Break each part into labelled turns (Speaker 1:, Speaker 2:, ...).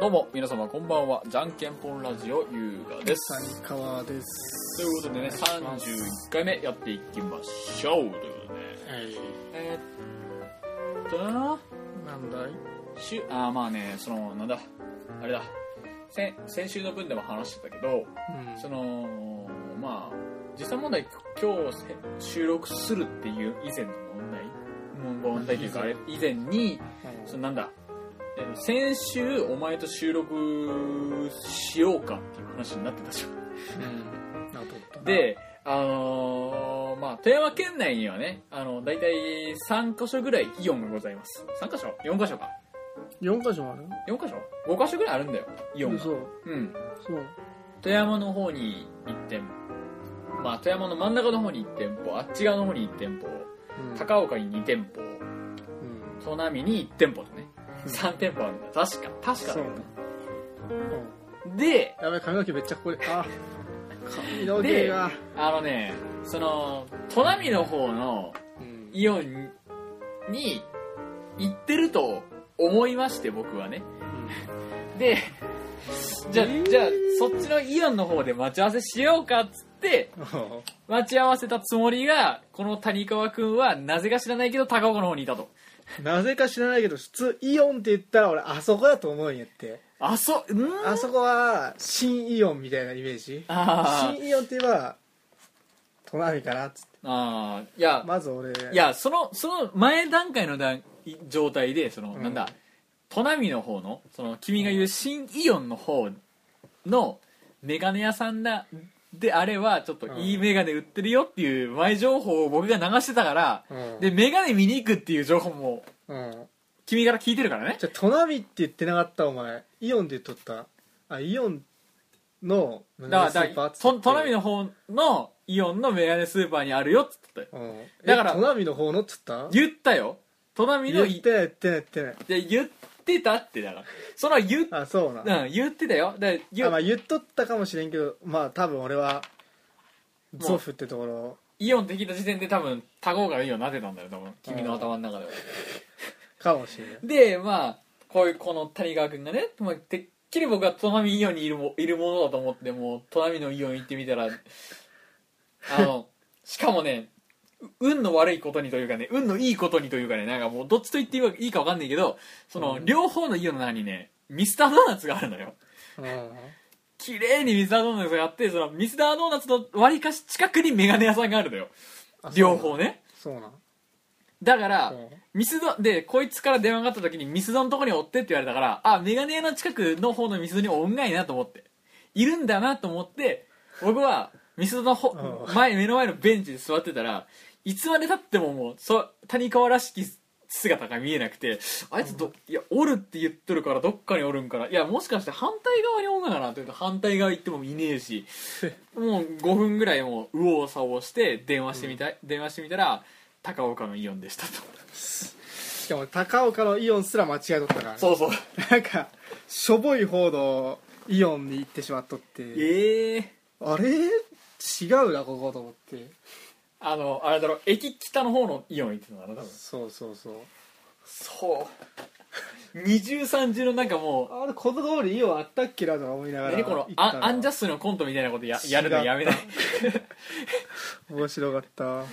Speaker 1: どうも、皆様こんばんは。じゃんけんぽんラジオ優雅です。
Speaker 2: 谷川です。
Speaker 1: ということでね、31回目やっていきましょう。ということで。
Speaker 2: はい。
Speaker 1: えー、っとな
Speaker 2: なんだい
Speaker 1: しゅ、あー、まあね、その、なんだ、あれだ。先先週の分でも話してたけど、
Speaker 2: うん
Speaker 1: その、まあ、実際問題、今日せ収録するっていう以前の問題、問題というか、あれ以前に、そのなんだ、えー先週お前と収録しようかっていう話になってたじゃん。
Speaker 2: うん。なるほど。、
Speaker 1: で、あのーまあ、富山県内にはね、あの、だいたい3カ所ぐらいイオンがございます。3カ所 ?4 カ所か。
Speaker 2: 4箇所もある
Speaker 1: 4カ所 ?5 カ所ぐらいあるんだよ、イオンが。
Speaker 2: そう。
Speaker 1: うん。
Speaker 2: そう。
Speaker 1: 富山の方に1店舗、まあ、富山の真ん中の方に1店舗、あっち側の方に1店舗、
Speaker 2: うん。
Speaker 1: 高岡に2店舗、
Speaker 2: うん。
Speaker 1: 砺波に1店舗とね、
Speaker 2: うん
Speaker 1: 3店舗あるんだよ。確か、確かだ
Speaker 2: そう
Speaker 1: よ
Speaker 2: ね
Speaker 1: ね。。
Speaker 2: うん
Speaker 1: で、
Speaker 2: やべ、髪の毛めっちゃここで。あ、髪の毛が。
Speaker 1: あのね、その、都並の方の
Speaker 2: うん。
Speaker 1: イオンに行ってると思いまして、僕はね。で、じゃあ、
Speaker 2: えー
Speaker 1: じゃあ、そっちのイオンの方で待ち合わせしようかっつって、待ち合わせたつもりが、この谷川くんは、なぜか知らないけど、高岡の方にいたと。
Speaker 2: なぜか知らないけど、普通、イオンって言ったら俺、あそこだと思うんやって。
Speaker 1: あ、そ、うん
Speaker 2: あそこは、新イオンみたいなイメージ。
Speaker 1: あー
Speaker 2: 新イオンって言えば、都並かなっつって。
Speaker 1: あー、いや、
Speaker 2: まず俺、
Speaker 1: いや、その、その前段階の段状態で、その、
Speaker 2: うん
Speaker 1: なんだ、都並の方の、その、君が言う新イオンの方の、メガネ屋さんだ、であれは、ちょっと
Speaker 2: うん
Speaker 1: いいメガネ売ってるよっていう前情報を僕が流してたから、
Speaker 2: うん、
Speaker 1: で、メガネ見に行くっていう情報も、
Speaker 2: うん。
Speaker 1: 君から聞いてるからね。
Speaker 2: じゃあ、トナミって言ってなかった、お前。イオンで言っとった。あ、イオンの、
Speaker 1: だから、だからと都並
Speaker 2: の。
Speaker 1: の方のイオンのメガネスーパーにあるよっつってたよ
Speaker 2: うん。
Speaker 1: だ
Speaker 2: だ
Speaker 1: か
Speaker 2: からら。トナミの方のっつった
Speaker 1: 言ったよ。都並の
Speaker 2: 言っ
Speaker 1: い、
Speaker 2: てない、言ってない、言ってない。
Speaker 1: で言ってたって、だから。その言っ、
Speaker 2: あ、そうな。
Speaker 1: うん、言ってたよ。だから言
Speaker 2: あまあ、言っとったかもしれんけど、まあ、多分俺は、
Speaker 1: もう
Speaker 2: ゾフってところ、
Speaker 1: イオンできた時点で多分他号がイオンなってたんだよ多分君の頭の中では
Speaker 2: かもしれない。
Speaker 1: でまあこういうこの谷川君がね、まあ、てっきり僕は都並イオンにいるもいるものだと思ってもう都並のイオン行ってみた らあのしかもねう運の悪いことにというかね運のいいことにというかねなんかもうどっちと言っていいか分かんないけどその、
Speaker 2: うん
Speaker 1: 両方のイオンの中にねミスタードーナツがあるのよ
Speaker 2: うん。
Speaker 1: 綺麗にミスタードーナツがあってそのミスタードーナツの割かし近くにメガネ屋さんがあるのよ
Speaker 2: あ
Speaker 1: 両。方ね
Speaker 2: そうなん
Speaker 1: だから、
Speaker 2: そうなん。うん
Speaker 1: ミスドでこいつから電話があった時にミスドのとこに追ってって言われたからあメガネ屋の近くの方のミスドに追うんがいなと思っているんだなと思って僕はミスドのほ
Speaker 2: うん
Speaker 1: 前目の前のベンチに座ってたらいつまでたってももうそ谷川らしき姿が見えなくてあいつどいやおるって言っとるからどっかにおるんからいやもしかして反対側におるんかなと言うと反対側行ってもいねえしもう5分ぐらいもう右往左往して電話してみた、電話してみたら高岡のイオンでしたと。
Speaker 2: しかも、高岡のイオンすら間違えとったからね。
Speaker 1: そうそう。
Speaker 2: なんか、しょぼい方のイオンに行ってしまっとって。
Speaker 1: ええ
Speaker 2: あれ違うなここと思って
Speaker 1: あの、あれだろ、駅北の方のイオン行ってたのかな、多分。
Speaker 2: そうそうそう
Speaker 1: そう。二重三重のなんかも
Speaker 2: あれこの通りイオンあったっけなとか思いな
Speaker 1: う、
Speaker 2: がら
Speaker 1: 何この
Speaker 2: 行った
Speaker 1: アンアンジャッシュのコントみたいなことややるのや めない。
Speaker 2: 面白かった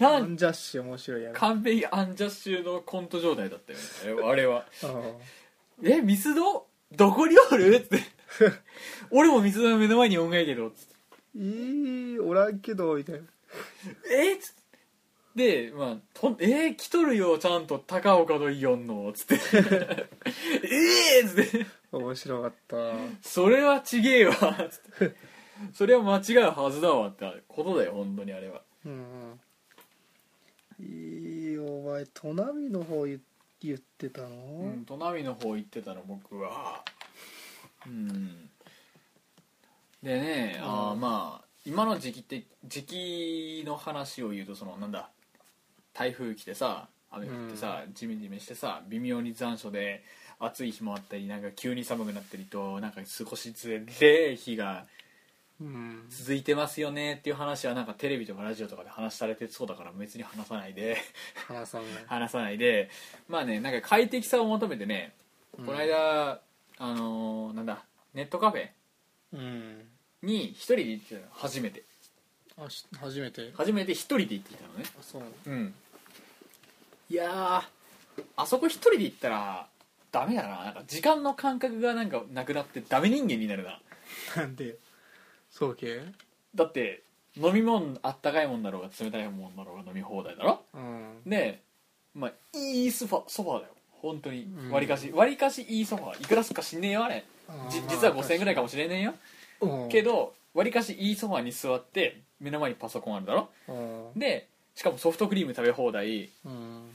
Speaker 1: な
Speaker 2: ア
Speaker 1: ん
Speaker 2: ンジャッシュ面白いやん
Speaker 1: 完璧アンジャッシュのコント状態だったよね。あれは。
Speaker 2: うん
Speaker 1: え、ミスドどこにおる って。俺もミスドの目の前におんがいけど、つって
Speaker 2: いいおらんけどみたいな
Speaker 1: えっつってで、まあ、とえー、来とるよ、ちゃんと、高岡のイオンの、 つって。ええー、つって。
Speaker 2: 面白かった
Speaker 1: それはちげえわ つってそれは間違うはずだわってことだよ本当にあれは
Speaker 2: うんうんいいお前トナミの方言言ってたの、
Speaker 1: うん都並の方行ってたの僕はうんでね、あー
Speaker 2: うん
Speaker 1: まあ今の時期って時期の話を言うとそのなんだ台風来てさ雨降ってさ、ジメジメしてさ微妙に残暑で暑い日もあったりなんか急に寒くなったりとなんか少しずつ冷え日が
Speaker 2: うん
Speaker 1: 続いてますよねっていう話はなんかテレビとかラジオとかで話されてそうだから別に話さない で
Speaker 2: 話さない
Speaker 1: 話さないでまあねなんか快適さを求めてねこの間、あのーなんだネットカフェ
Speaker 2: うん
Speaker 1: に一人で行ってたの初めて
Speaker 2: あし初めて
Speaker 1: 初めて一人で行ってきたのね
Speaker 2: そう
Speaker 1: うんいやーあそこ一人で行ったらダメだななんか時間の感覚がなんかなくなってダメ人間になるな
Speaker 2: なんでそうけ
Speaker 1: だって飲み物あったかいもんだろうが冷たいもんだろうが飲み放題だろ
Speaker 2: うん
Speaker 1: ねえまあいいソファソファだよ本当に
Speaker 2: うん
Speaker 1: わりかしわりかしいいソファいくらすかしねえよあれじ実は5000円ぐらいかもしれねえよ
Speaker 2: も
Speaker 1: けどわりかしいいソファに座って目の前にパソコンあるだろ
Speaker 2: うん
Speaker 1: でしかもソフトクリーム食べ放題
Speaker 2: うん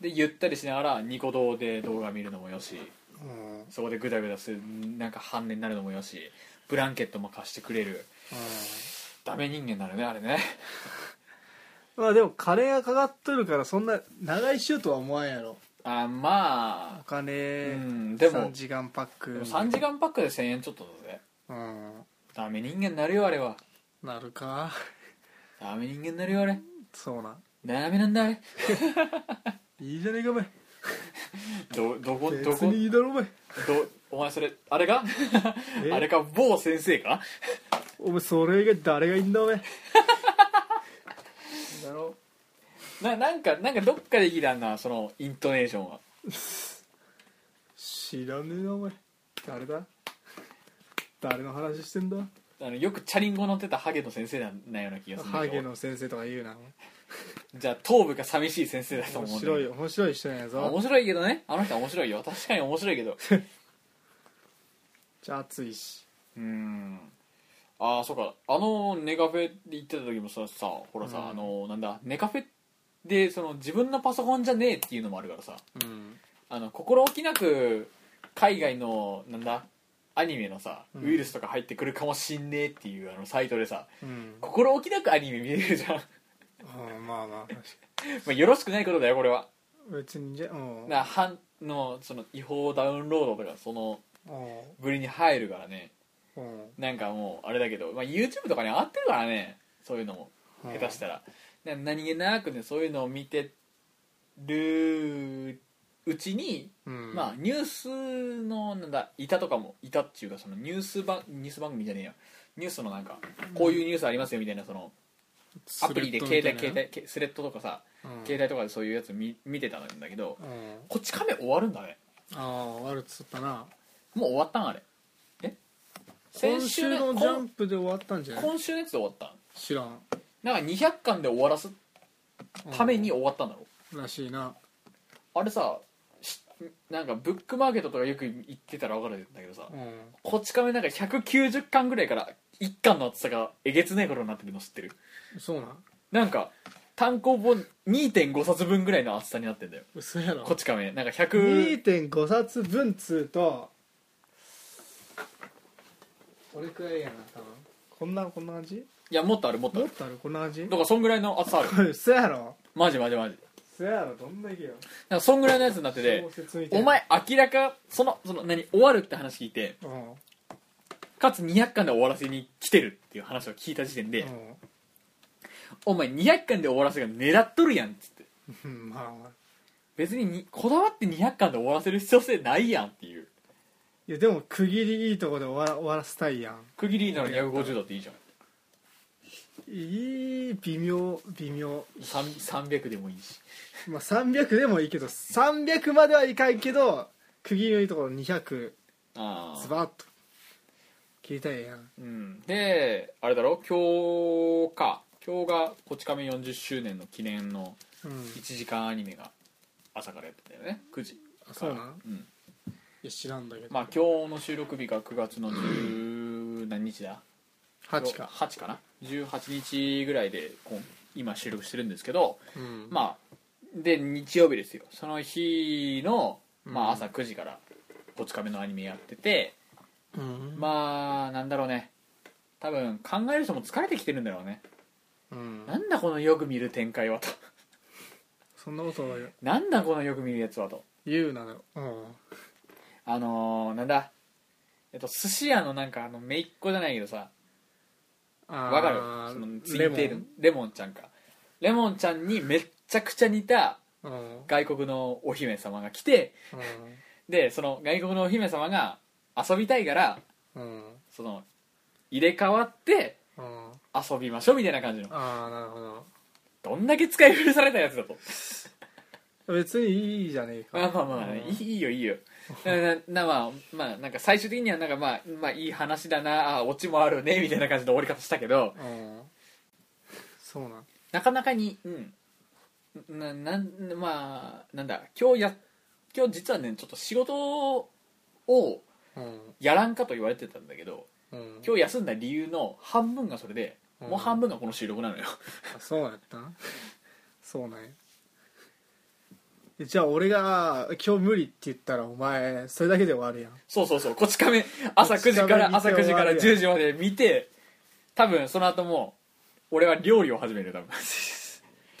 Speaker 1: でゆったりしながらニコ動で動画見るのもよし
Speaker 2: うんうん
Speaker 1: そこでグダグダするなんか半値になるのもよしブランケットも貸してくれるダメ人間になるねあれね
Speaker 2: まあでもカレーがかかっとるからそんな長い週とは思わんやろ
Speaker 1: あ
Speaker 2: お
Speaker 1: まあう
Speaker 2: 金
Speaker 1: んでも
Speaker 2: 3時間パッ
Speaker 1: で
Speaker 2: ク
Speaker 1: も3時間パックで1000円ちょっとだぜ
Speaker 2: うん
Speaker 1: ダメ人間になるよあれは
Speaker 2: なるか
Speaker 1: ダメ人間になるよあれ
Speaker 2: そうな
Speaker 1: ダメなんだあれ
Speaker 2: いいじゃねえかお前
Speaker 1: どどこど
Speaker 2: 別
Speaker 1: こ
Speaker 2: にいいだろお前
Speaker 1: どお前それあれか
Speaker 2: え
Speaker 1: あれか某先生か
Speaker 2: お前それ以外誰がいい んだお前だろ
Speaker 1: ななんかなんかどっかで聞いたんだそのイントネーションは
Speaker 2: 知らねえなお前誰だ誰の話してんだ
Speaker 1: あのよくチャリンコ乗ってたハゲの先生なんなような気がするんだ
Speaker 2: ハ
Speaker 1: けど
Speaker 2: ゲの先生とか言うな
Speaker 1: じゃあ頭部が寂しい先生だと思
Speaker 2: 面
Speaker 1: うんだけど
Speaker 2: 白い面白い人なんや
Speaker 1: あ
Speaker 2: ぞ
Speaker 1: 面白いけどねあの人は面白いよ確かに面白いけど
Speaker 2: じゃあ暑いし
Speaker 1: うーんああそうかあのネカフェで行ってた時もささほらさ、
Speaker 2: うん
Speaker 1: あのなんだネカフェでその自分のパソコンじゃねえっていうのもあるからさ
Speaker 2: うん
Speaker 1: あの心置きなく海外のなんだアニメのさ
Speaker 2: うん
Speaker 1: ウイルスとか入ってくるかもしんねえっていうあのサイトでさ
Speaker 2: うん
Speaker 1: 心置きなくアニメ見れるじゃん ま
Speaker 2: うんまあまあ確か
Speaker 1: あよろしくないことだよこれは
Speaker 2: に別にじゃうん
Speaker 1: な反のその違法ダウンロードとかその
Speaker 2: う
Speaker 1: ぶりに入るからね
Speaker 2: んうん
Speaker 1: なんかもうあれだけど、まあ、YouTube とかに上がってるからねそういうのも下手したら、な何気なくねそういうのを見てるうちに、
Speaker 2: うん
Speaker 1: まあニュースのなんだ板とかも板っていうかそのニュース番ニュース番組じゃねえやニュースのなんかこういうニュースありますよみたいなそのアプリで携帯携帯けスレッドとかさ、
Speaker 2: 帯
Speaker 1: 携帯とかでそういうやつ見見てたんだけど
Speaker 2: 帯うん
Speaker 1: こっち亀終わるんだね
Speaker 2: ああ悪っつったな
Speaker 1: もう終わったんあれえ
Speaker 2: 今週のジャン
Speaker 1: 今
Speaker 2: プで終わったんじゃない
Speaker 1: 今週のやつで終わったん
Speaker 2: 知らん
Speaker 1: なんか200巻で終わらすために終わったんだろ
Speaker 2: うんらしいな
Speaker 1: あれさしなんかブックマーケットとかよく行ってたら分かるんだけどさ
Speaker 2: うん
Speaker 1: こっち亀なんか190巻ぐらいから1巻の厚さがえげつないことになってるの知ってる
Speaker 2: そうなん
Speaker 1: なんか単行本2.5冊分ぐらいの厚さになってんだよ
Speaker 2: 嘘やろ
Speaker 1: こっち亀なんか100
Speaker 2: 2.5冊分通とこれくらいやな多分こんなこんな感じ
Speaker 1: いやもっとあるもっとあ
Speaker 2: もっ
Speaker 1: る
Speaker 2: とあるこんな感じ
Speaker 1: だからそんぐらいの厚さある
Speaker 2: 嘘やろ
Speaker 1: マジマジマジ
Speaker 2: 嘘やろどんだけよ
Speaker 1: なんかそんぐらいのやつになってて
Speaker 2: 小説みたい
Speaker 1: お
Speaker 2: な
Speaker 1: 前明らかそのその何終わるって話聞いて
Speaker 2: うんうん
Speaker 1: かつ200巻で終わらせに来てるっていう話を聞いた時点で、お前200巻で終わらせが狙っとるやんっつって
Speaker 2: うん まあまあ
Speaker 1: 別ににこだわって200巻で終わらせる必要性ないやんっていう
Speaker 2: いやでも区切りいいとこで終わら終わらせたいやん
Speaker 1: 区切りなら250だっていいじゃん
Speaker 2: いい微妙微妙
Speaker 1: 3 300でもいいし
Speaker 2: まあ300でもいいけど300まではいかんけど区切りのいいところ200
Speaker 1: あ
Speaker 2: ズ
Speaker 1: あ
Speaker 2: バッと切りたいやん
Speaker 1: うんであれだろ今日か今日がこち亀40周年の記念の
Speaker 2: うん
Speaker 1: 1時間アニメが朝からやってたよね9時
Speaker 2: あそうなん
Speaker 1: うん
Speaker 2: いや知らんだけど、
Speaker 1: まあ今日の収録日が9月の10何日だ
Speaker 2: 8か
Speaker 1: 8かな18日ぐらいでこう今収録してるんですけど
Speaker 2: うん
Speaker 1: まあで日曜日ですよその日の、ま
Speaker 2: うん
Speaker 1: あ、朝9時から「こち亀」のアニメやってて
Speaker 2: うん
Speaker 1: まあなんだろうね多分考える人も疲れてきてるんだろうね
Speaker 2: うん
Speaker 1: なんだこのよく見る展開はと
Speaker 2: そんなことは
Speaker 1: なんだこのよく見るやつはと
Speaker 2: 言うなようん
Speaker 1: あのー、なんだえっと寿司屋のなんかあのめいっ子じゃないけどさ
Speaker 2: あ
Speaker 1: わかる
Speaker 2: ー
Speaker 1: そのツイ
Speaker 2: レ
Speaker 1: ン
Speaker 2: モ
Speaker 1: テールレモンちゃんかレモンちゃんにめっちゃくちゃ似た
Speaker 2: ンうん
Speaker 1: 外国のお姫様が来て
Speaker 2: うん
Speaker 1: でその外国のお姫様が遊びたいから
Speaker 2: うん
Speaker 1: その入れ替わって
Speaker 2: うんあ
Speaker 1: 遊びましょうみたいな感じの
Speaker 2: あなるほど
Speaker 1: どんだけ使い古されたやつだと
Speaker 2: 別にいいじゃねえか
Speaker 1: まあまあまあ、いいいいよいいよなななまあまあなんか最終的にはなんかまあまあいい話だなあーオチもあるねみたいな感じの終わり方したけど
Speaker 2: うんそうなん
Speaker 1: なかなかにうんななんまあなんだ今日や今日実はねちょっと仕事を
Speaker 2: うん
Speaker 1: やらんかと言われてたんだけど
Speaker 2: うん
Speaker 1: 今日休んだ理由の半分がそれで、
Speaker 2: うん
Speaker 1: もう半分がこの収録なのよ
Speaker 2: あそうやったんそうなんやえじゃあ俺が「今日無理」って言ったらお前それだけで終わるやん
Speaker 1: そうそうそうこち 亀朝9時から
Speaker 2: こち
Speaker 1: 朝9時か
Speaker 2: 亀見て
Speaker 1: ら
Speaker 2: 終わるや
Speaker 1: 10時まで見て多分その後も俺は料理を始めるよ多分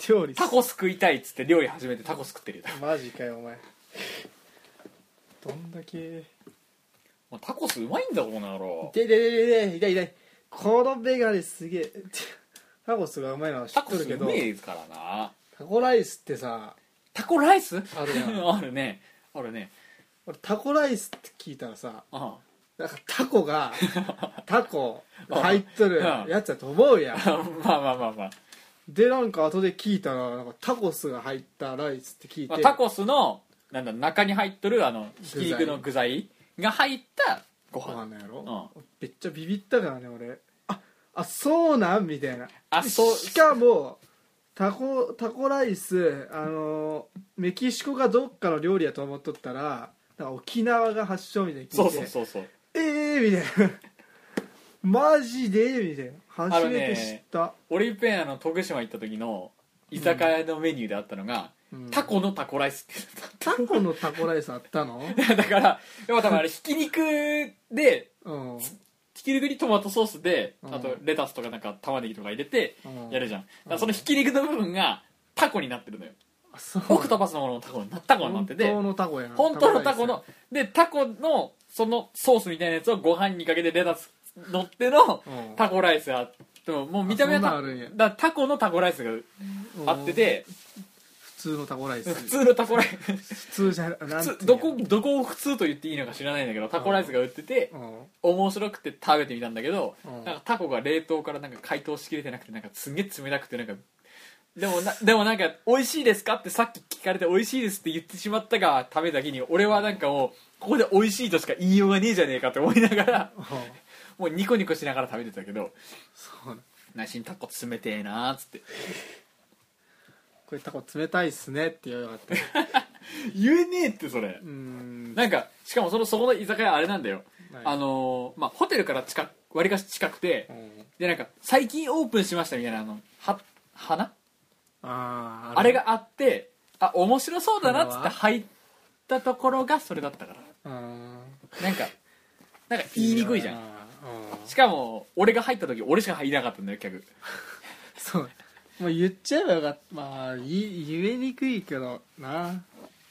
Speaker 2: 料理
Speaker 1: タコス食いたいっつって料理始めてタコス食ってるよ
Speaker 2: マジかよお前どんだけ
Speaker 1: もうタコスうまいんだこの野郎
Speaker 2: 痛い痛い痛い痛い痛い痛いこのメガネすげえてタコスがうまいのは知
Speaker 1: タ
Speaker 2: っ
Speaker 1: コ
Speaker 2: と
Speaker 1: ス
Speaker 2: るけ
Speaker 1: う
Speaker 2: ど
Speaker 1: めえからな
Speaker 2: タコライスってさ
Speaker 1: タコライス
Speaker 2: あるやん
Speaker 1: あるねあるね
Speaker 2: 俺タコライスって聞いたらさ
Speaker 1: あ
Speaker 2: なんかタコがタコ
Speaker 1: うん
Speaker 2: 入っとる
Speaker 1: うん
Speaker 2: やつだと思うやん
Speaker 1: あまあまあまあまあ、
Speaker 2: でなんか後で聞いたらなんかタコスが入ったライスって聞いて、
Speaker 1: まあ、タコスのなんだ中に入っとるあのひき肉の具材が入ったご
Speaker 2: ご飯
Speaker 1: 飯
Speaker 2: なんや
Speaker 1: う
Speaker 2: ろ、
Speaker 1: ん
Speaker 2: めっちゃビビったからね俺ああそうなんみたいな
Speaker 1: あそう
Speaker 2: しかもタコタコライスあのメキシコがどっかの料理やと思っとったらなんか沖縄が発祥みたいな聞いて
Speaker 1: そうそうそうそう
Speaker 2: ええー、みたいなマジでみたいな初めて知った、
Speaker 1: 俺いっぺんあの徳島行った時の居酒屋のメニューであったのが、
Speaker 2: うん
Speaker 1: タコのタコライスって言って
Speaker 2: タコのタコライスあったの
Speaker 1: た だからでも多分あれひき肉で
Speaker 2: うん、うん、
Speaker 1: ひき肉にトマトソースで、
Speaker 2: うん
Speaker 1: あとレタスとかなんか玉ねぎとか入れてやるじゃん、だから
Speaker 2: うん
Speaker 1: そのひき肉の部分がタコになってるのよ、
Speaker 2: あそう
Speaker 1: オクトパスのもののタコになタコになってて
Speaker 2: 本当のタコやな
Speaker 1: 本当のタコの
Speaker 2: ラ
Speaker 1: で
Speaker 2: イ
Speaker 1: タコのそのソースみたいなやつをご飯にかけてレタス乗っての
Speaker 2: スやうん
Speaker 1: タコライスがあってでももう見た目は
Speaker 2: あそんなん
Speaker 1: タ
Speaker 2: あるんや
Speaker 1: だからタコのタコライスがあってて
Speaker 2: 普通のタコライス
Speaker 1: 普通のタコライス
Speaker 2: 普通じゃななんて
Speaker 1: 普
Speaker 2: いうんや
Speaker 1: 通どこどこを普通と言っていいのか知らないんだけどタコライスが売ってて
Speaker 2: うん
Speaker 1: 面白くて食べてみたんだけど、
Speaker 2: うん
Speaker 1: なんかタコが冷凍からなんか解凍しきれてなくてなんかすげえ冷たくてなんかでもなでもなんか「美味しいですか?」ってさっき聞かれて「美味しいです」って言ってしまったがためだけに俺はなんかもうここで「美味しい」としか言いようがねえじゃねえかって思いながら
Speaker 2: うん
Speaker 1: もうニコニコしながら食べてたけど
Speaker 2: そうなん
Speaker 1: 「内心タコ冷てえな」っつって
Speaker 2: これタコ冷たいっすねって言わなかった
Speaker 1: 「言えねえ」ってそれ
Speaker 2: うーん
Speaker 1: なんかしかもそのそこの居酒屋あれなんだよ
Speaker 2: はい
Speaker 1: あのーまあホテルから近く割かし近くて
Speaker 2: うん
Speaker 1: でなんか最近オープンしましたみたいなあのは花
Speaker 2: あー
Speaker 1: あれがあってあ面白そうだなっつって入ったところがそれだったから
Speaker 2: うん
Speaker 1: なんかなんか言いにくいじゃ
Speaker 2: うんん
Speaker 1: しかも俺が入った時俺しか入れなかったんだよ 客
Speaker 2: そうもう言っちゃえばよかったまあい言えにくいけどな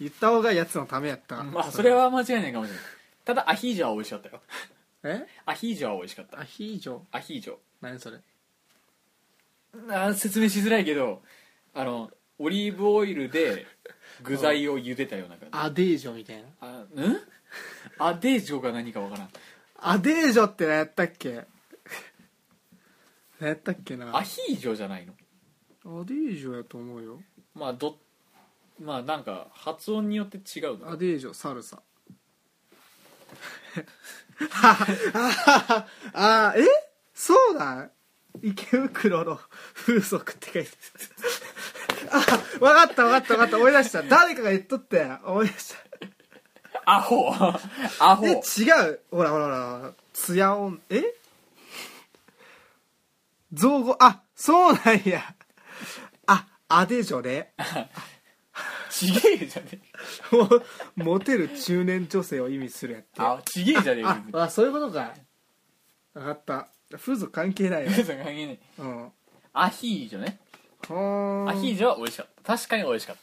Speaker 2: 言った方がやつのためやった
Speaker 1: まあそれは間違いないかもしれないただアヒージョは美味しかったよ
Speaker 2: え
Speaker 1: アヒージョは美味しかった
Speaker 2: アヒージョ
Speaker 1: アヒージョ
Speaker 2: 何それ
Speaker 1: あー説明しづらいけどあのオリーブオイルで具材を茹でたような感じ
Speaker 2: アデージョみたいな
Speaker 1: あうんアデージョが何かわからん
Speaker 2: アデージョって何やったっけ何やったっけな
Speaker 1: アヒージョじゃないの
Speaker 2: アデージョやと思うよ
Speaker 1: まあどまあなんか発音によって違うの
Speaker 2: アデージョサルサ ははああえそうだ池袋の風俗って書いて あ分かった分かった分かった思い出した誰かが言っとったよ思い出した
Speaker 1: アホア
Speaker 2: え違
Speaker 1: ホ
Speaker 2: うほらほらほらツヤオンえ造語あそうなんやあアデージョね
Speaker 1: ちげえじゃねえ
Speaker 2: もうモテる中年女性を意味するやって
Speaker 1: あちげえじゃねえ
Speaker 2: ああそういうことか分かった風俗関係 ないよ
Speaker 1: 別に、関係ない
Speaker 2: うん、は
Speaker 1: アヒージョね
Speaker 2: ー
Speaker 1: アヒージョは美味しかった確かに美味しかっ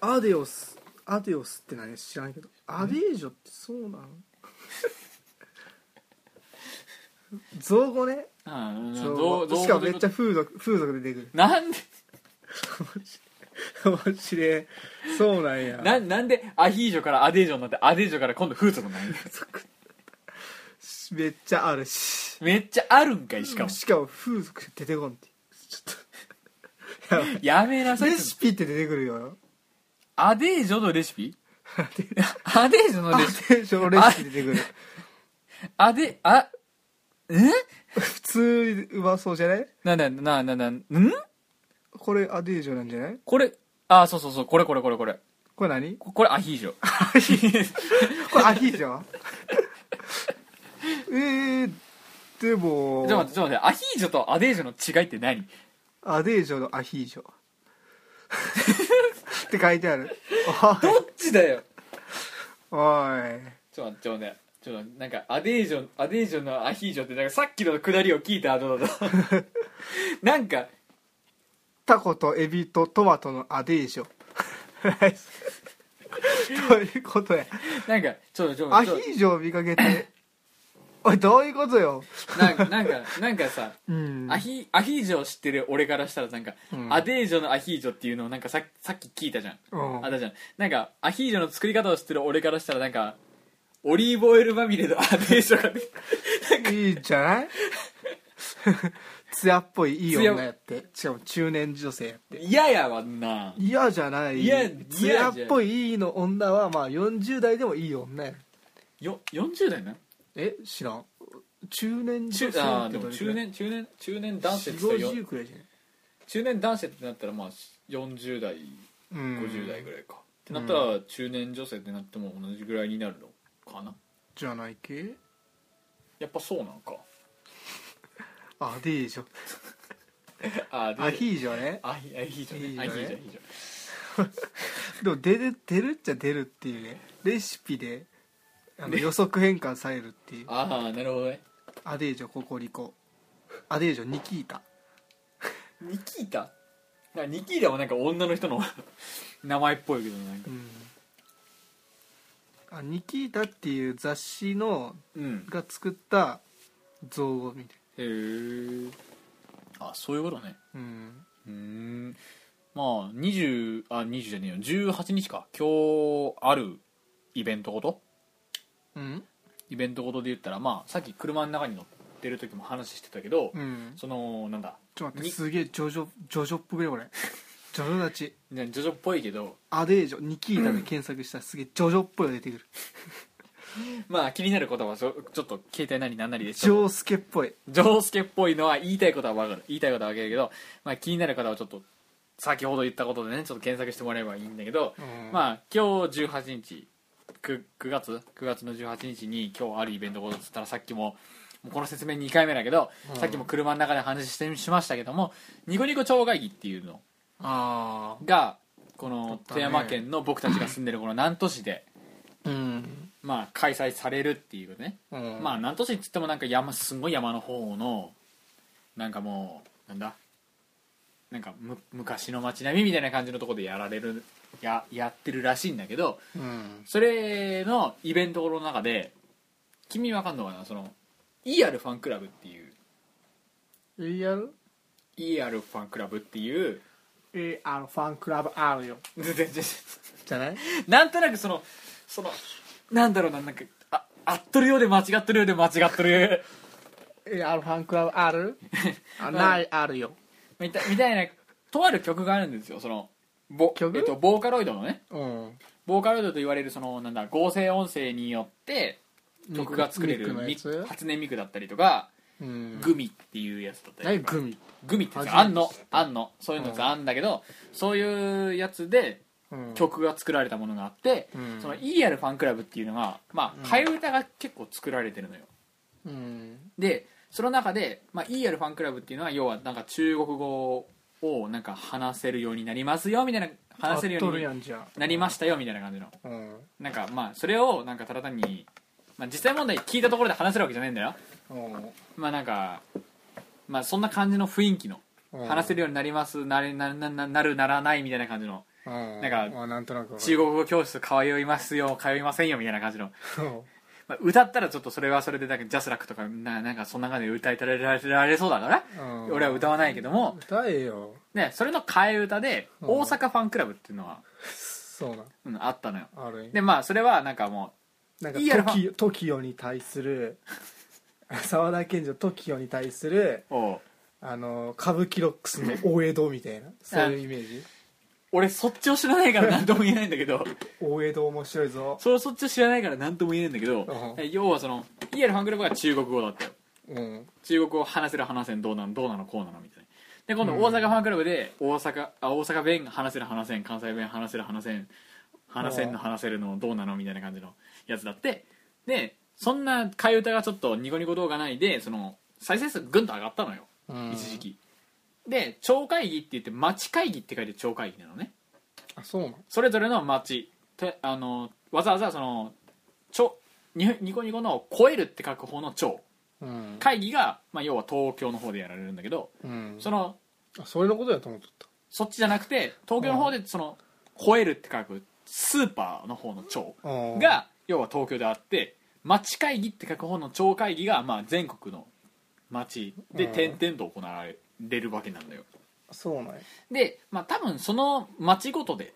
Speaker 1: た
Speaker 2: アデオスアデオスって何知らんけどアデージョってそうなの造語ね
Speaker 1: うんうん
Speaker 2: 造
Speaker 1: ど
Speaker 2: 語
Speaker 1: うどう
Speaker 2: しかもめっちゃ風俗風俗出てくる
Speaker 1: なんで
Speaker 2: 面白いそうなんや
Speaker 1: ななんでアヒージョからアデージョになってアデージョから今度風俗になるんだ
Speaker 2: めっちゃあるし
Speaker 1: めっちゃあるんかいしかも
Speaker 2: しかも風俗出てこんってちょっとやばい
Speaker 1: やめなさい
Speaker 2: レシピって出てくるよ
Speaker 1: アデージョのレシピ
Speaker 2: ア
Speaker 1: アデージョの
Speaker 2: デ
Speaker 1: レシピ
Speaker 2: ージョのレシピ出てくる
Speaker 1: アデあえ
Speaker 2: 普通にうまそうじゃない
Speaker 1: なんだなななんだん
Speaker 2: これアデージョなんじゃない
Speaker 1: これあそうそうそうこれこれこれこれ
Speaker 2: これ何こ
Speaker 1: ここれアヒージョ
Speaker 2: れアヒージョえー、で
Speaker 1: ちょ
Speaker 2: も
Speaker 1: っと待ってちょっと待ってアヒージョとアデージョの違いって何
Speaker 2: アデージョのアヒージョって書いてあるおい
Speaker 1: どっちだよ
Speaker 2: おい
Speaker 1: ちょっと待ってちょっと待ってちょっと待ってなんかアデージョアデージョのアヒージョってなんかさっきのくだりを聞いた 後だとなんか
Speaker 2: タコとエビとトマトのアデージョ どういうことや
Speaker 1: なんかちょっとちょっとち
Speaker 2: アヒ
Speaker 1: ょっ
Speaker 2: ージョを見か けておいどういうことよ
Speaker 1: となんかなんかなんかさ
Speaker 2: うん
Speaker 1: アヒアヒージョを知ってる俺からしたらなんか、
Speaker 2: うん
Speaker 1: アデージョのアヒージョっていうのをなんかささっき聞いたじゃん
Speaker 2: うん
Speaker 1: あったじゃんなんかアヒージョの作り方を知ってる俺からしたらなんかオリーブオイルまみれのアデージョが出て
Speaker 2: いいんじゃない 艶っぽいいい女やってしかも中年女性やって
Speaker 1: 嫌やわんな
Speaker 2: 嫌じゃない
Speaker 1: 嫌嫌じゃ
Speaker 2: 艶っぽいいいの女はまあ40代でもいい女や
Speaker 1: よ40代な
Speaker 2: え知らん中年
Speaker 1: 中
Speaker 2: 女性
Speaker 1: あー
Speaker 2: って
Speaker 1: でも
Speaker 2: ど
Speaker 1: 中
Speaker 2: れくらい
Speaker 1: 年中年中年男性って言ったらよ
Speaker 2: 4050くらいじゃない
Speaker 1: 中年男性ってなったらまあ40代
Speaker 2: うん
Speaker 1: 50代ぐらいか、ってなったら中年女性ってなっても同じぐらいになるのかな
Speaker 2: じゃないけ
Speaker 1: やっぱそうなんか
Speaker 2: アデージョ
Speaker 1: あで
Speaker 2: アヒージョね
Speaker 1: アヒアヒージョねア
Speaker 2: いい
Speaker 1: ヒー
Speaker 2: よね
Speaker 1: ジョアヒージョ
Speaker 2: でも出る出るっちゃ出るっていうねレシピであの予測変換されるっていう
Speaker 1: ああなるほどね
Speaker 2: アデージョココリコアデージョニキータ
Speaker 1: ニキータなんかニキータもなんか女の人の 名前っぽいけどなんか
Speaker 2: うんあニキータっていう雑誌の
Speaker 1: うん
Speaker 2: が作った造語みたい
Speaker 1: へえあそういうことね
Speaker 2: うん
Speaker 1: うーんまあ20あ20じゃねえよ18日か今日あるイベントごと
Speaker 2: うん
Speaker 1: イベントごとで言ったらまあさっき車の中に乗ってる時も話してたけど、
Speaker 2: うん
Speaker 1: そのなんだ
Speaker 2: ちょっと待
Speaker 1: に
Speaker 2: ってすげえジョジョジョジョっぽいよ俺ジョジョ立ち
Speaker 1: ジョジョっぽいけど
Speaker 2: アデージョニキータで検索したらすげえジョジョっぽいの出てくる
Speaker 1: まあ気になることはそちょっと携帯なりなんなりで
Speaker 2: ジョースケっぽい
Speaker 1: ジョースケっぽいのは言いたいことは分かる言いたいことは分かるけど、まあ、気になる方はちょっと先ほど言ったことでねちょっと検索してもらえばいいんだけど、
Speaker 2: あ
Speaker 1: まあ今日18日 9, 9月9月の18日に今日あるイベントごとっつったらさっきももうこの説明2回目だけど、
Speaker 2: うん
Speaker 1: さっきも車の中で話してしましたけどもニコニコ超会議っていうの
Speaker 2: あ
Speaker 1: がこの
Speaker 2: 撮った
Speaker 1: 富
Speaker 2: ね
Speaker 1: 山県の僕たちが住んでる この南砺市で、
Speaker 2: うん
Speaker 1: まあ、開催されるっていうね
Speaker 2: うん
Speaker 1: まあ南砺市っつってもなんか山すごい山の方のなんかもうなんだなんかむ昔の街並みみたいな感じのとこでやられるややってるらしいんだけど
Speaker 2: うん
Speaker 1: それのイベントの中で君わかんのかなその ER ファンクラブっていう
Speaker 2: ER?
Speaker 1: ER ファンクラブっていう
Speaker 2: ER ファンクラブあるよ
Speaker 1: 全然
Speaker 2: じゃない
Speaker 1: なんとなくそのそのなんだろうななんかあ合っとるようで間違っとるようで間違っとるよう
Speaker 2: ?ER ファンクラブ あるあないあるよ
Speaker 1: みたみたいなとある曲があるんですよそのボ,、
Speaker 2: 曲
Speaker 1: えっと、ボーカロイドのね
Speaker 2: うん
Speaker 1: ボーカロイドと言われるそのなんだ合成音声によって曲が作れるミ
Speaker 2: ミックのやつ
Speaker 1: 初音ミクだったりとか、
Speaker 2: うん
Speaker 1: グミっていうやつだったり
Speaker 2: 何グミ
Speaker 1: グミってやつ
Speaker 2: 初めて
Speaker 1: あんの
Speaker 2: 知っ
Speaker 1: あんのそういうのがあんだけど、そういうやつで曲が作られたものがあって、
Speaker 2: うん
Speaker 1: その ER ファンクラブっていうのが、ま
Speaker 2: うん
Speaker 1: あ、替え歌が結構作られてるのよ
Speaker 2: うん
Speaker 1: でその中で、まあ、ER ファンクラブっていうのは要はなんか中国語をなんか話せるようになりますよみたいな話せるよ
Speaker 2: 合っ
Speaker 1: う
Speaker 2: とや
Speaker 1: に
Speaker 2: んじゃ
Speaker 1: なりましたよみたいな感じの
Speaker 2: たうん
Speaker 1: なんかまあそれをなんかただ単に、まあ、実際問題聞いたところで話せるわけじゃないんだよ
Speaker 2: うん
Speaker 1: まあなんかまあそんな感じの雰囲気の
Speaker 2: うん
Speaker 1: 話せるようになりますなれななななるならないみたいな感じの
Speaker 2: うん
Speaker 1: なんか
Speaker 2: まあなんとなくわかる
Speaker 1: 中国語教室通いますよ通いませんよみたいな感じの、
Speaker 2: うん
Speaker 1: まあ、歌ったらちょっとそれはそれでなんかジャスラックとかななんかそんな感じで歌いたられられそうだから、
Speaker 2: うん
Speaker 1: 俺は歌わないけども
Speaker 2: 歌えよ
Speaker 1: ねそれの替え歌で
Speaker 2: うん
Speaker 1: 大阪ファンクラブっていうのは、
Speaker 2: そうなん
Speaker 1: うん、あったのよ
Speaker 2: ある意味
Speaker 1: でまあそれはなんかも
Speaker 2: なんか
Speaker 1: いいやろ
Speaker 2: TOKIO TOKIO に対する 沢田研二の TOKIO に対する
Speaker 1: うおう
Speaker 2: あの歌舞伎ロックスの大江戸みたいなそういうイメージ
Speaker 1: 俺そっちを知らないから何とも言えないんだけど
Speaker 2: 大江戸面白いぞ
Speaker 1: それそっちを知らないから何とも言えないんだけど、
Speaker 2: う
Speaker 1: 要はそのイエルファンクラブが中国語だったよ
Speaker 2: うん
Speaker 1: 中国語を話せる話せんどうなのどうなのこうなのみたいなで今度
Speaker 2: うん
Speaker 1: 大阪ファンクラブで大阪,、あ大阪弁話せる話せん関西弁話せる話せん話せんの話せるのどうなのみたいな感じのやつだってでそんな替え歌がちょっとニコニコ動画ないでその再生数ぐんと上がったのよ
Speaker 2: うん
Speaker 1: 一時期で町会議って言って町会議って書いて町会議なのね
Speaker 2: あそうなん
Speaker 1: それぞれの町てあのわざわざその町にニコニコの「超える」って書く方の町
Speaker 2: うん
Speaker 1: 会議が、まあ、要は東京の方でやられるんだけど
Speaker 2: うん
Speaker 1: その
Speaker 2: あそれのことやと思っとった
Speaker 1: そっちじゃなくて東京の方でその「超える」って書くスーパーの方の町
Speaker 2: ああ
Speaker 1: が要は東京であって町会議って書く方の町会議が、まあ、全国の町で
Speaker 2: うん
Speaker 1: 点々と行われるわけなんだよ
Speaker 2: そうなんや
Speaker 1: で、まあ、多分その町ごとで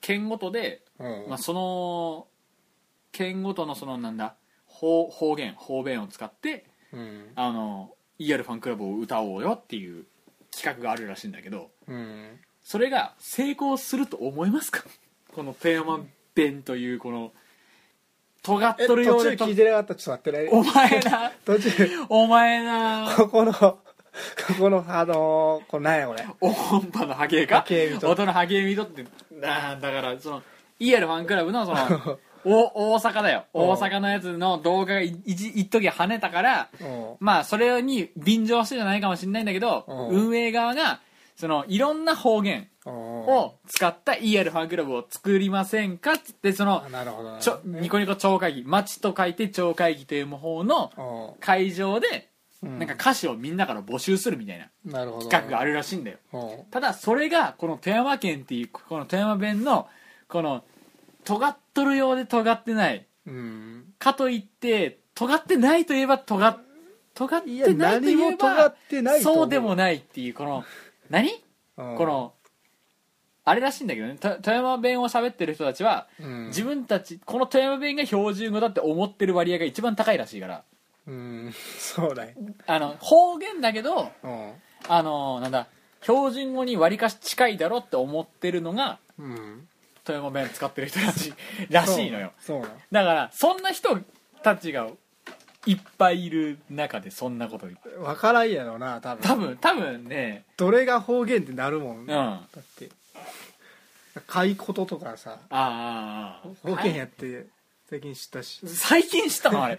Speaker 1: 県ごとで、
Speaker 2: うん
Speaker 1: まあ、その県ごとのそのなんだ方方言方言を使って
Speaker 2: うん
Speaker 1: あの ER ファンクラブを歌おうよっていう企画があるらしいんだけど
Speaker 2: うん
Speaker 1: それが成功すると思いますか この富山弁というこの尖っ
Speaker 2: え
Speaker 1: と
Speaker 2: 途
Speaker 1: るよう
Speaker 2: 中
Speaker 1: でと
Speaker 2: 聞いてなかったちょっと待って
Speaker 1: お
Speaker 2: ね
Speaker 1: 前な
Speaker 2: 途中
Speaker 1: お前な
Speaker 2: ここのここのあのーこれなんやこれ
Speaker 1: 音波の波形か
Speaker 2: 波形見と
Speaker 1: 音の波形見とってなあだからその ER ファンクラブのそ のお大阪だよ
Speaker 2: うん
Speaker 1: 大阪のやつの動画がい一一時跳ねたから
Speaker 2: うん
Speaker 1: まあそれに便乗してじゃないかもしれないんだけど
Speaker 2: うん
Speaker 1: 運営側がそのいろんな方言
Speaker 2: お
Speaker 1: を使った ER ファンクラブを作りませんかっつってその
Speaker 2: あなるほどな
Speaker 1: ちょニコニコ町会議町と書いて町会議という方の
Speaker 2: お
Speaker 1: 会場で
Speaker 2: うん
Speaker 1: なんか歌詞をみんなから募集するみたいな
Speaker 2: なるほど
Speaker 1: 企画があ
Speaker 2: る
Speaker 1: るらしいんだよただそれがこの富山県っていうこの富山弁のこの尖っとるようで尖ってない
Speaker 2: うん
Speaker 1: かといって尖ってないといえば尖っ尖っ
Speaker 2: い
Speaker 1: て
Speaker 2: や
Speaker 1: ないと
Speaker 2: 何
Speaker 1: い
Speaker 2: も
Speaker 1: え
Speaker 2: 尖っ
Speaker 1: ば
Speaker 2: てないと思
Speaker 1: そうでもないっていうこ の何
Speaker 2: うん
Speaker 1: このあれらしいんだけどねと富山弁を喋ってる人たちは
Speaker 2: うん
Speaker 1: 自分たちこの富山弁が標準語だって思ってる割合が一番高いらしいから
Speaker 2: うんそうだよ
Speaker 1: あの方言だけど
Speaker 2: うん
Speaker 1: あのなんだ標準語に割りかし近いだろって思ってるのが
Speaker 2: うん
Speaker 1: 富山弁使ってる人たち らしいのよ
Speaker 2: そうなの
Speaker 1: だからそんな人たちがいっぱいいる中でそんなこと言って
Speaker 2: 分からんやろな多分
Speaker 1: 多分多分ね
Speaker 2: どれが方言ってなるもん
Speaker 1: うんあ
Speaker 2: だって買い事とかさ
Speaker 1: ああああ
Speaker 2: 方言
Speaker 1: あ
Speaker 2: やって最近知ったし
Speaker 1: 最近したのあ れ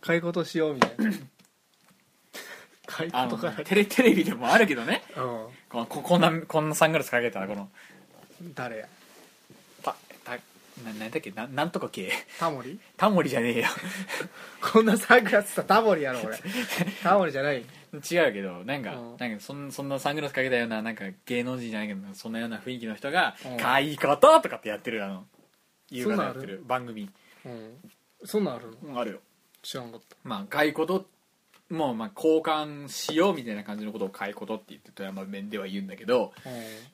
Speaker 2: 買い事しようみたいな買い
Speaker 1: あ
Speaker 2: 事
Speaker 1: の
Speaker 2: から
Speaker 1: テレテレビでもあるけどね
Speaker 2: う
Speaker 1: こここんなこんなサングラスかけたらこの
Speaker 2: ん誰や
Speaker 1: たたななんだっけななんとか系
Speaker 2: タモリ
Speaker 1: タモリじゃねえよ
Speaker 2: こんなサングラスさタモリやろ俺タモリじゃない
Speaker 1: 違うけどなんか,、
Speaker 2: うん
Speaker 1: なんかそんそんなサングラスかけたようななんか芸能人じゃないけどそんなような雰囲気の人が
Speaker 2: うん
Speaker 1: 「買い方」とかってやってるあの夕
Speaker 2: そん
Speaker 1: 方
Speaker 2: な
Speaker 1: や
Speaker 2: んあ
Speaker 1: っ
Speaker 2: る
Speaker 1: てる番組
Speaker 2: うんそんなんあるの
Speaker 1: うんあるよ
Speaker 2: 知らんかった
Speaker 1: まあ買い事もうまあ交換しようみたいな感じのことを買い事って言って富山弁では言うんだけど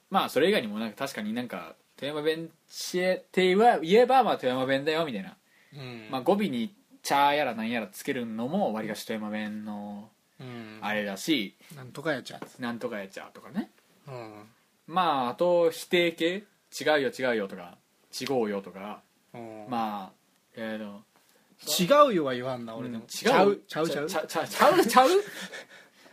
Speaker 1: まあそれ以外にもなんか確かになんか富山弁知恵って言えばまあ富山弁だよみたいな、
Speaker 2: うん
Speaker 1: まあ語尾に「茶」やらなんやらつけるのもわりかし富山弁の
Speaker 2: うん
Speaker 1: あれだし
Speaker 2: なんとかやちゃ
Speaker 1: 「なんとかやちゃ」とかね
Speaker 2: ううん
Speaker 1: まああと否定形違うよ違うよとか違うよとか
Speaker 2: うん
Speaker 1: まあえーと
Speaker 2: 違うよは言わんな俺
Speaker 1: 俺で
Speaker 2: でも
Speaker 1: も
Speaker 2: ちゃうちゃうちゃう
Speaker 1: ちゃうちゃうちゃうちゃう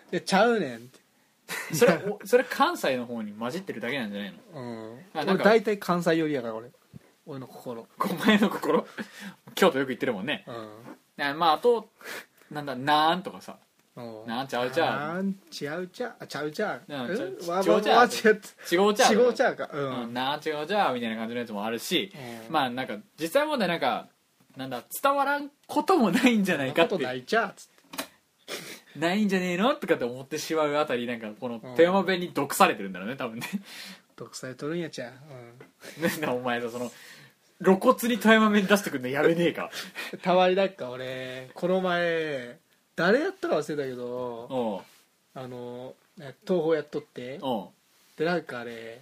Speaker 2: でちゃうねんって
Speaker 1: それ おそれ関西の方に混じってるだけなんじゃないの
Speaker 2: うん
Speaker 1: あなんか
Speaker 2: 俺大体関西寄りやから俺俺の心
Speaker 1: お前の心 京都よく言ってるもんね
Speaker 2: うん
Speaker 1: あまああとなんだ「なん」とかさ
Speaker 2: うん
Speaker 1: なんちゃうちゃう
Speaker 2: なんちゃうちゃうあちゃうちゃう
Speaker 1: なん
Speaker 2: え
Speaker 1: ちゃうちゃう
Speaker 2: わ
Speaker 1: ちゃう
Speaker 2: わわ違う
Speaker 1: 「違うちゃう」
Speaker 2: 違うちゃうかう
Speaker 1: うんん「なん違うちゃう」みたいな感じのやつもあるし
Speaker 2: うん
Speaker 1: まあなんか実際問題なんかなんだ伝わらんこともないんじゃないかっ
Speaker 2: そんなこと
Speaker 1: て
Speaker 2: ないちゃうっつって
Speaker 1: ないんじゃねえのとかって思ってしまうあたりなんかこの
Speaker 2: うん
Speaker 1: 富山弁に毒されてるんだろうね多分ね
Speaker 2: 独裁取るんやちゃう
Speaker 1: なんだお前さその露骨に富山弁出してくんのやべねえか
Speaker 2: うんたまになんか俺この前誰やったか忘れたけど
Speaker 1: おう
Speaker 2: あの東宝やっとって
Speaker 1: うんお
Speaker 2: でなんかあれ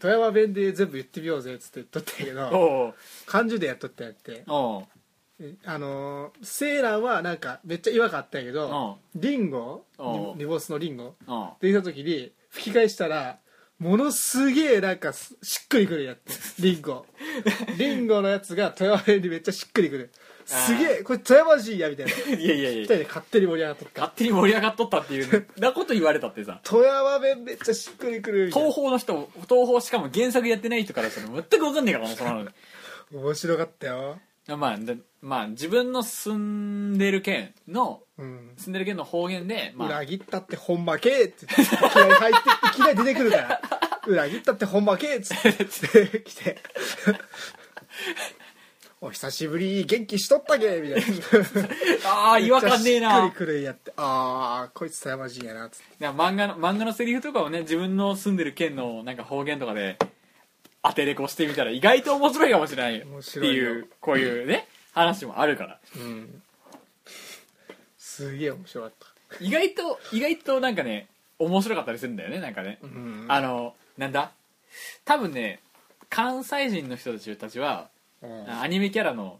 Speaker 2: 富山弁で全部言ってみようぜっつって言っとったんやけど
Speaker 1: お
Speaker 2: 漢字でやっとったんやって
Speaker 1: おう
Speaker 2: あのーセーラーはなんかめっちゃ違和感あったんやけどリンゴ
Speaker 1: うん
Speaker 2: リボスのリンゴ
Speaker 1: おう
Speaker 2: って言った時に吹き返したらものすげえなんかすしっくりくるやつリン ゴリンゴのやつが富山弁にめっちゃしっくりくるすげえこれ富山人やみたいな
Speaker 1: いやいやい
Speaker 2: み
Speaker 1: や
Speaker 2: たいで勝手に盛り上がっとった
Speaker 1: 勝手に盛り上がっとったっていうなこと言われたってさ
Speaker 2: 富山弁めっちゃしっくりくるみたい
Speaker 1: 東
Speaker 2: な
Speaker 1: 宝の人東宝しかも原作やってない人からしたら全く分かんねえからもうそんなの
Speaker 2: 面白かったよ
Speaker 1: まあでまあ自分の住んでる県の
Speaker 2: うん
Speaker 1: 住んでる県の方言で、まあ、
Speaker 2: 裏切ったってほんまけえって言っていきなり入っていきなり出てくるから裏切ったってほんまけえっつって来て お久しぶり元気しとったけみたいな
Speaker 1: ああ違和感ねえ
Speaker 2: めっ
Speaker 1: な
Speaker 2: ちゃしっくりくるやってああこいつやまじいやなっつって
Speaker 1: いや漫画の漫画のセリフとかをね自分の住んでる県のなんか方言とかで当てれこしてみたら意外と面白いかもしれないよっ
Speaker 2: 面
Speaker 1: て
Speaker 2: 白いよ
Speaker 1: いうこういうね話もあるから
Speaker 2: うんすげえ面白かっ
Speaker 1: 意外と意外となんかね面白かったりするんだよねなんかね
Speaker 2: たうん
Speaker 1: あのなんだ多分ね関西人の人たちたちは
Speaker 2: うん
Speaker 1: アニメキャラの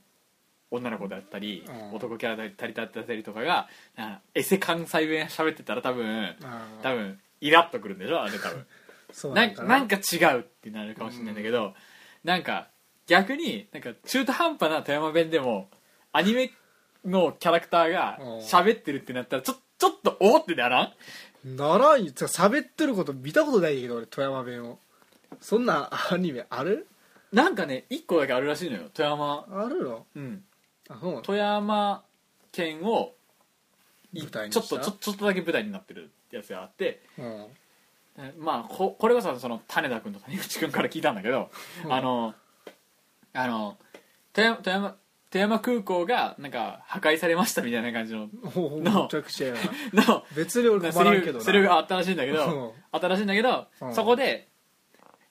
Speaker 1: 女の子だったり、
Speaker 2: うん
Speaker 1: 男キャラだったりだったりとかがあエセ関西弁喋ってたら多分
Speaker 2: あー
Speaker 1: 多分イラッとくるんでしょあれ多分
Speaker 2: そう
Speaker 1: な
Speaker 2: なんん
Speaker 1: か
Speaker 2: か
Speaker 1: なんか違うってなるかもしれないんだけど、なんか逆になんか中途半端な富山弁でもアニメのキャラクターが
Speaker 2: うん
Speaker 1: 喋ってるってなったらちょちょっとおーってならん
Speaker 2: ならんよつうか喋ってること見たことないけど俺富山弁をそんなアニメある
Speaker 1: なんかね1個だけあるらしいのよ富山、
Speaker 2: あるの
Speaker 1: うん、
Speaker 2: あそうなの
Speaker 1: 富山県をい
Speaker 2: 舞台に
Speaker 1: ちょっ
Speaker 2: した
Speaker 1: とちょちょっとだけ舞台になってるやつがあって
Speaker 2: うん
Speaker 1: えまあここれこそその種田君と谷口君から聞いたんだけど、
Speaker 2: うん
Speaker 1: あのあの富山富山富山空港がなんか破壊されましたみたいな感じの
Speaker 2: ほうほうめ
Speaker 1: な
Speaker 2: ちゃくちゃやな
Speaker 1: の
Speaker 2: 別に俺
Speaker 1: な
Speaker 2: 困
Speaker 1: セ
Speaker 2: ら
Speaker 1: リ
Speaker 2: んけど
Speaker 1: フ
Speaker 2: な
Speaker 1: セリフがあったらしいんだけどあったらしいんだけど、
Speaker 2: うん
Speaker 1: そこで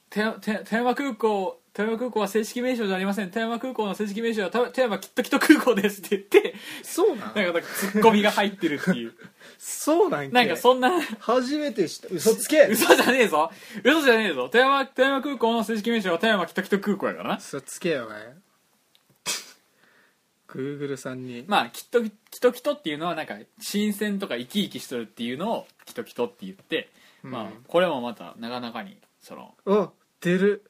Speaker 1: 富山富山富山空港富山空港は正式名称じゃありません富山空港の正式名称は富富山きっときっと空港ですって言って
Speaker 2: うんそうなん
Speaker 1: なんかなんかツッコミが入ってるって いう
Speaker 2: そうなんけ
Speaker 1: なんかそんな
Speaker 2: 初めて知った嘘つけ
Speaker 1: 嘘じゃねえぞ嘘じゃねえぞ富山富山空港の正式名称は富山北北空港やからな
Speaker 2: 嘘つけよお前 Google さんに
Speaker 1: まあきっときときとっていうのはなんか新鮮とか生き生きしとるっていうのをきときとって言って、まあ
Speaker 2: うん
Speaker 1: これもまたなかなかにその
Speaker 2: お出る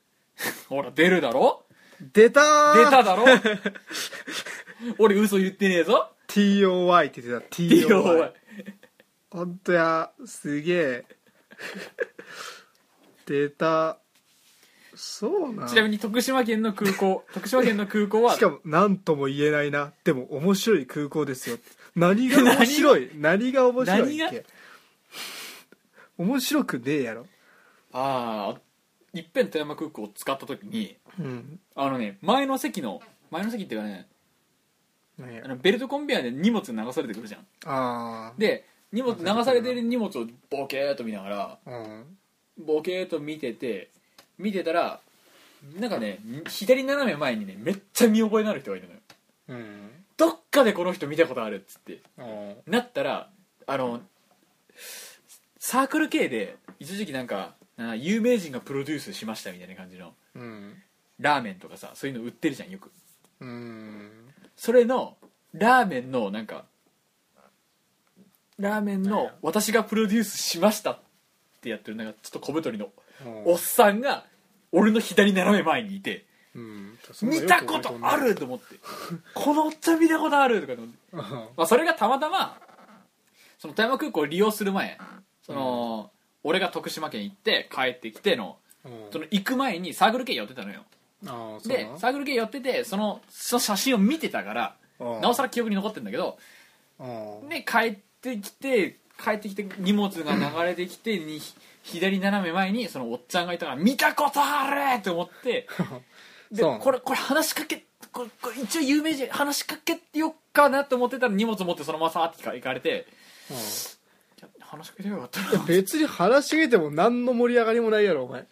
Speaker 1: ほら出るだろ
Speaker 2: 出たー
Speaker 1: 出ただ ろ俺嘘言ってねえぞ
Speaker 2: TOY って出た
Speaker 1: DOI
Speaker 2: TOY ほんとやすげえ出たそうなん
Speaker 1: ちなみに徳島県の空港徳島県の空港は
Speaker 2: しかも何とも言えないなでも面白い空港ですよ何が面白い何が面白いっ
Speaker 1: 何
Speaker 2: け面白くねえやろ
Speaker 1: ああいっぺん富山空港を使った時に
Speaker 2: うん
Speaker 1: あのね前の席の前の席っていうかね
Speaker 2: 何や
Speaker 1: あのベルトコンベヤーで荷物流されてくるじゃん
Speaker 2: あ
Speaker 1: で荷物流されてる荷物をボケーっと見ながら
Speaker 2: あうん
Speaker 1: ボケーっと見てて見てたらなんかね左斜め前にねめっちゃ見覚えのある人がいるのよ
Speaker 2: うん
Speaker 1: どっかでこの人見たことあるっつって
Speaker 2: うん
Speaker 1: なったらあのサークル系で一時期なんかあ有名人がプロデュースしましたみたいな感じの
Speaker 2: うん
Speaker 1: ラーメンとかさそういうの売ってるじゃんよく
Speaker 2: うん
Speaker 1: それのラーメンのなんかラーメン
Speaker 2: 何
Speaker 1: の
Speaker 2: や
Speaker 1: 私がプロデュースしましたってやってるなんかちょっと小太りのお
Speaker 2: お
Speaker 1: っさんが俺の左斜め前にいて
Speaker 2: うん
Speaker 1: 見たことあると思ってこのおっちゃん見たことあるとか思って、
Speaker 2: うん
Speaker 1: まあ、それがたまたまその富山空港を利用する前その、俺が徳島県行って帰ってきての
Speaker 2: うん
Speaker 1: その行く前にサークル系寄ってたのよ
Speaker 2: ああそう
Speaker 1: で
Speaker 2: な
Speaker 1: サークル系寄っててそのその写真を見てたから
Speaker 2: うん
Speaker 1: なおさら記憶に残ってんだけど
Speaker 2: うん
Speaker 1: で帰ってきて帰ってきて荷物が流れてきてに左斜め前にそのおっちゃんがいたから「見たことある!」と思 ってで
Speaker 2: そうなの
Speaker 1: これこれ話しかけこれこれ一応有名人話しかけよっかなと思ってたら荷物持ってそのままさーって行かれて
Speaker 2: うん
Speaker 1: いや話しかけてよかった
Speaker 2: いや
Speaker 1: な
Speaker 2: 別に話し上げても何の盛り上がりもないやろお前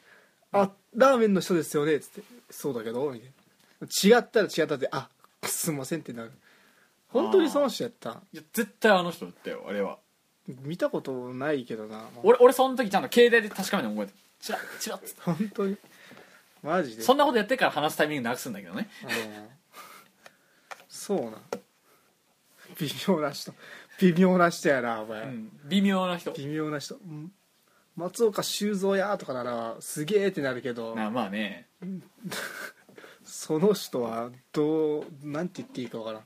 Speaker 2: あラーメンの人ですよねつってそうだけどみたいな違ったら違ったってあすんませんってなる本当にその人やった
Speaker 1: いや絶対あの人だったよあれは
Speaker 2: 見たことないけどな、まあ
Speaker 1: 俺俺その時ちゃんと携帯で確かめて覚えてるチラッチラッつって
Speaker 2: 本当にマジで
Speaker 1: そんなことやってから話すタイミングなくすんだけどね
Speaker 2: うんそうなん微妙な人微妙な人やなお前、
Speaker 1: うん微妙な人
Speaker 2: 微妙な人うん松岡修造やとかならすげえってなるけど
Speaker 1: なまあね
Speaker 2: その人はどうなんて言っていいかわか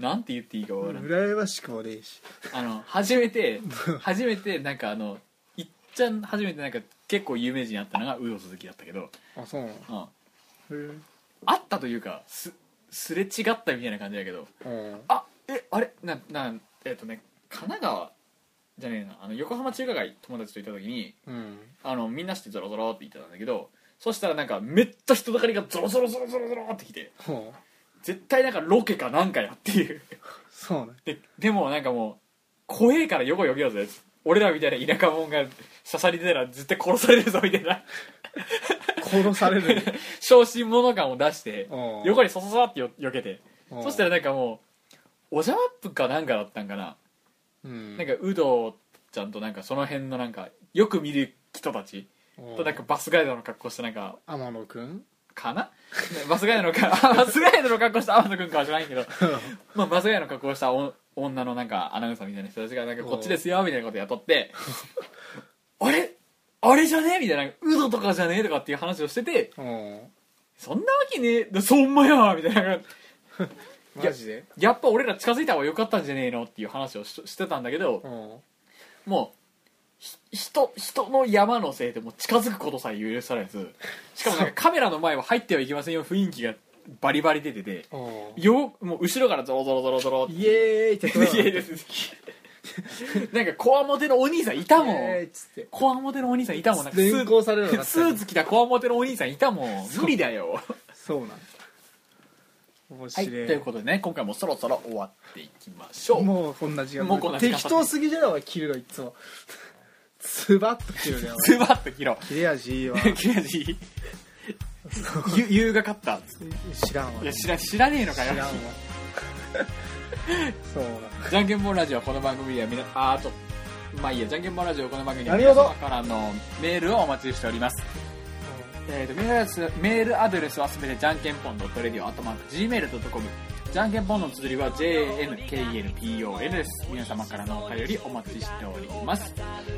Speaker 1: なんて言っていいかわからら
Speaker 2: ん
Speaker 1: ん
Speaker 2: 羨ましくもねえし
Speaker 1: あの初めて初めてなんかあのいっちゃん初めてなんか結構有名人に会ったのが有働鈴木だったけど、
Speaker 2: あそうなの
Speaker 1: うん、
Speaker 2: へ
Speaker 1: 会ったというかすすれ違ったみたいな感じだけど
Speaker 2: えうん
Speaker 1: あえあれななえっ、とね神奈川じゃねえなあの横浜中華街友達といた時に
Speaker 2: うん
Speaker 1: あのみんなしてゾロゾロって言ってたんだけどそしたらなんかめっちゃ人だかりがゾロゾロゾロゾロゾロってきて
Speaker 2: ほ
Speaker 1: 絶対なんかロケかなんかやっていう
Speaker 2: うそうなん
Speaker 1: ででもなんかもう怖えから横よけようぜ俺らみたいな田舎者が刺さり出たら絶対殺されるぞみたいな
Speaker 2: 殺される
Speaker 1: 小心者感を出して
Speaker 2: うん
Speaker 1: 横にそそそってよ避けて
Speaker 2: うん
Speaker 1: そしたらなんかもうおじゃまっぷかなんかだったんかな、
Speaker 2: うん
Speaker 1: なんか有働ちゃんとなんかその辺のなんかよく見る人たち
Speaker 2: うん
Speaker 1: となんかバスガイドの格好してなんか
Speaker 2: 天野くん
Speaker 1: かなバスガイドのかバスガイドの格好した天野君かは知らんけどまあ、バスガイの格好をしたお女のなんかアナウンサーみたいな人たちがなんかこっちですよみたいなことやっとって「あれあれじゃねえ?」みたいな「ウドとかじゃねえ?」とかっていう話をしてて
Speaker 2: うん
Speaker 1: 「そんなわけねえでそんまや!」みたいな
Speaker 2: マジで
Speaker 1: やっぱ俺ら近づいた方が良かったんじゃねえのっていう話をししてたんだけど
Speaker 2: うん
Speaker 1: もうひ人人の山のせいでもう近づくことさえ許されずしかもなんかカメラの前は入ってはいけませんよ雰囲気がバリバリ出てて
Speaker 2: うん
Speaker 1: よもう後ろからゾロゾロゾロゾロって
Speaker 2: イエーイって
Speaker 1: いやいや なんかこわもてのお兄さんいたも
Speaker 2: イエーイ
Speaker 1: ん
Speaker 2: っつって
Speaker 1: こわもてのお兄さんいたもんなんかス
Speaker 2: 連
Speaker 1: ー
Speaker 2: 行されるのがあった
Speaker 1: スーツ着たこわもてのお兄さんいたもん無理だよ
Speaker 2: そうなん面
Speaker 1: はいと
Speaker 2: 白い、
Speaker 1: いうことでね今回もそろそろ終わっていきましょ う
Speaker 2: もうこんな時間
Speaker 1: もうこんな時間
Speaker 2: 適当すぎじゃない俺切るのいつもスバッと切るね俺
Speaker 1: ズバッと切ろ
Speaker 2: 切れ味 いいわ
Speaker 1: う切れ味ゆ優雅かった
Speaker 2: 知らんわ
Speaker 1: いや知ら知らねえのか
Speaker 2: 知
Speaker 1: よ
Speaker 2: らんわそうなん
Speaker 1: じゃんけんぽんラジオこの番組では皆ああとまあいいやじゃんけんぽんラジオこの番組では
Speaker 2: 何を
Speaker 1: 皆
Speaker 2: ぞ
Speaker 1: 様からのメールをお待ちしておりますえー、とメールアドレスメールアドレスはすべてじゃんけんぽん .radio.gmail.com じゃんけんぽんの綴りは JNKNPON です皆様からのお便りお待ちしております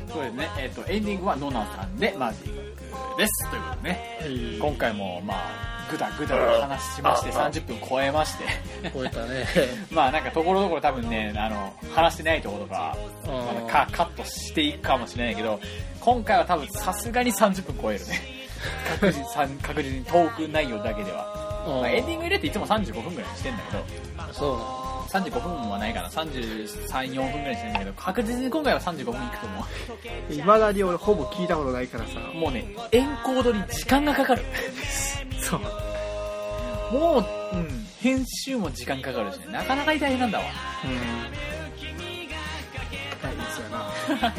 Speaker 1: そうですね、えー、とエンディングはノナさんでマジックですということでね
Speaker 2: はい
Speaker 1: 今回もまあグダグダお話ししまして30分超えまして
Speaker 2: 超えた ね
Speaker 1: まあなんかところどころ多分ねあの話してないところとか
Speaker 2: うん
Speaker 1: まだかカットしていくかもしれないけど今回は多分さすがに30分超える ね確実さん確実にトーク内容だけでは、
Speaker 2: うん
Speaker 1: まあエンディング入れていつも35分ぐらいにしてんだけど
Speaker 2: そう
Speaker 1: 35分はないかな334分ぐらいにしてんだけど確実に今回は35分いくと思
Speaker 2: いまだに俺ほぼ聞いたことないからさ
Speaker 1: うもうねエンコードに時間がか かる
Speaker 2: そう
Speaker 1: もう、うん、編集も時間かかるしねなかなか痛いなんだわ
Speaker 2: うん大変そうやな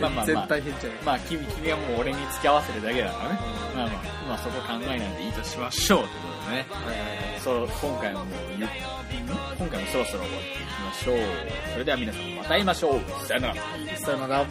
Speaker 1: まあまあま
Speaker 2: 絶
Speaker 1: あ
Speaker 2: 対変じゃない
Speaker 1: まあ君君はもう俺に付き合わせるだけだからね、まあまあまあそこ考えないでいいとしましょうということでねそう今回ももうゆん今回もそろそろ終わっていきましょうそれでは皆さんまた会いましょうさよなら
Speaker 2: さよなら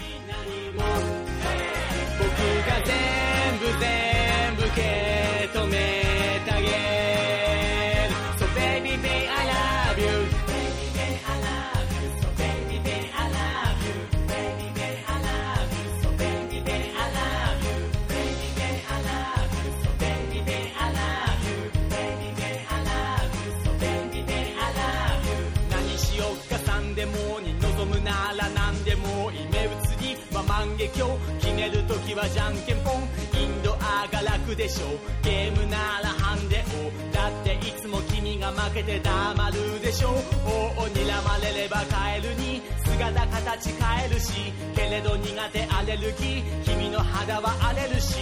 Speaker 3: 何しようかさんでもに望むなら何でもいい目移りは万華鏡決める時はじゃんけんぽんインドアが楽でしょうゲームならハンデをだっていつも君が負けて黙るでしょう王を睨まれればカエルに姿形変えるしけれど苦手アレルギー君の肌は荒れるし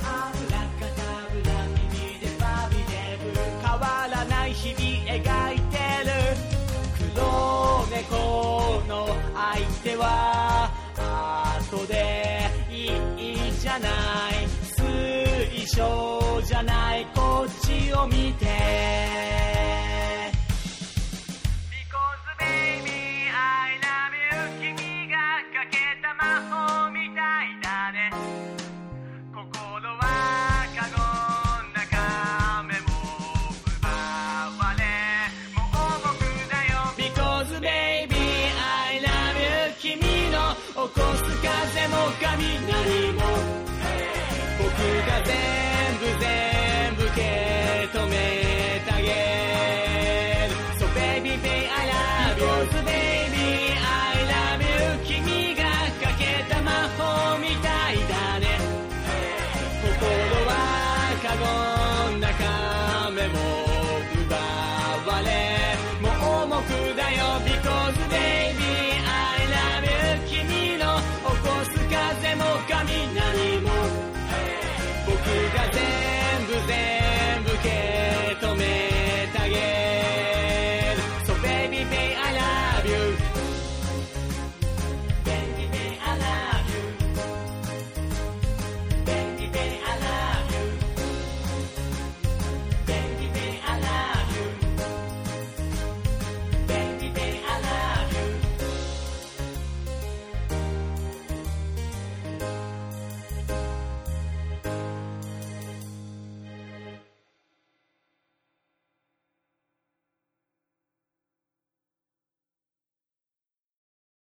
Speaker 3: 油かたぶら耳でバビデブ変わらない日々描いてる黒猫の相手は後でいいじゃない水晶じゃないこっちを見て Because baby I love you 風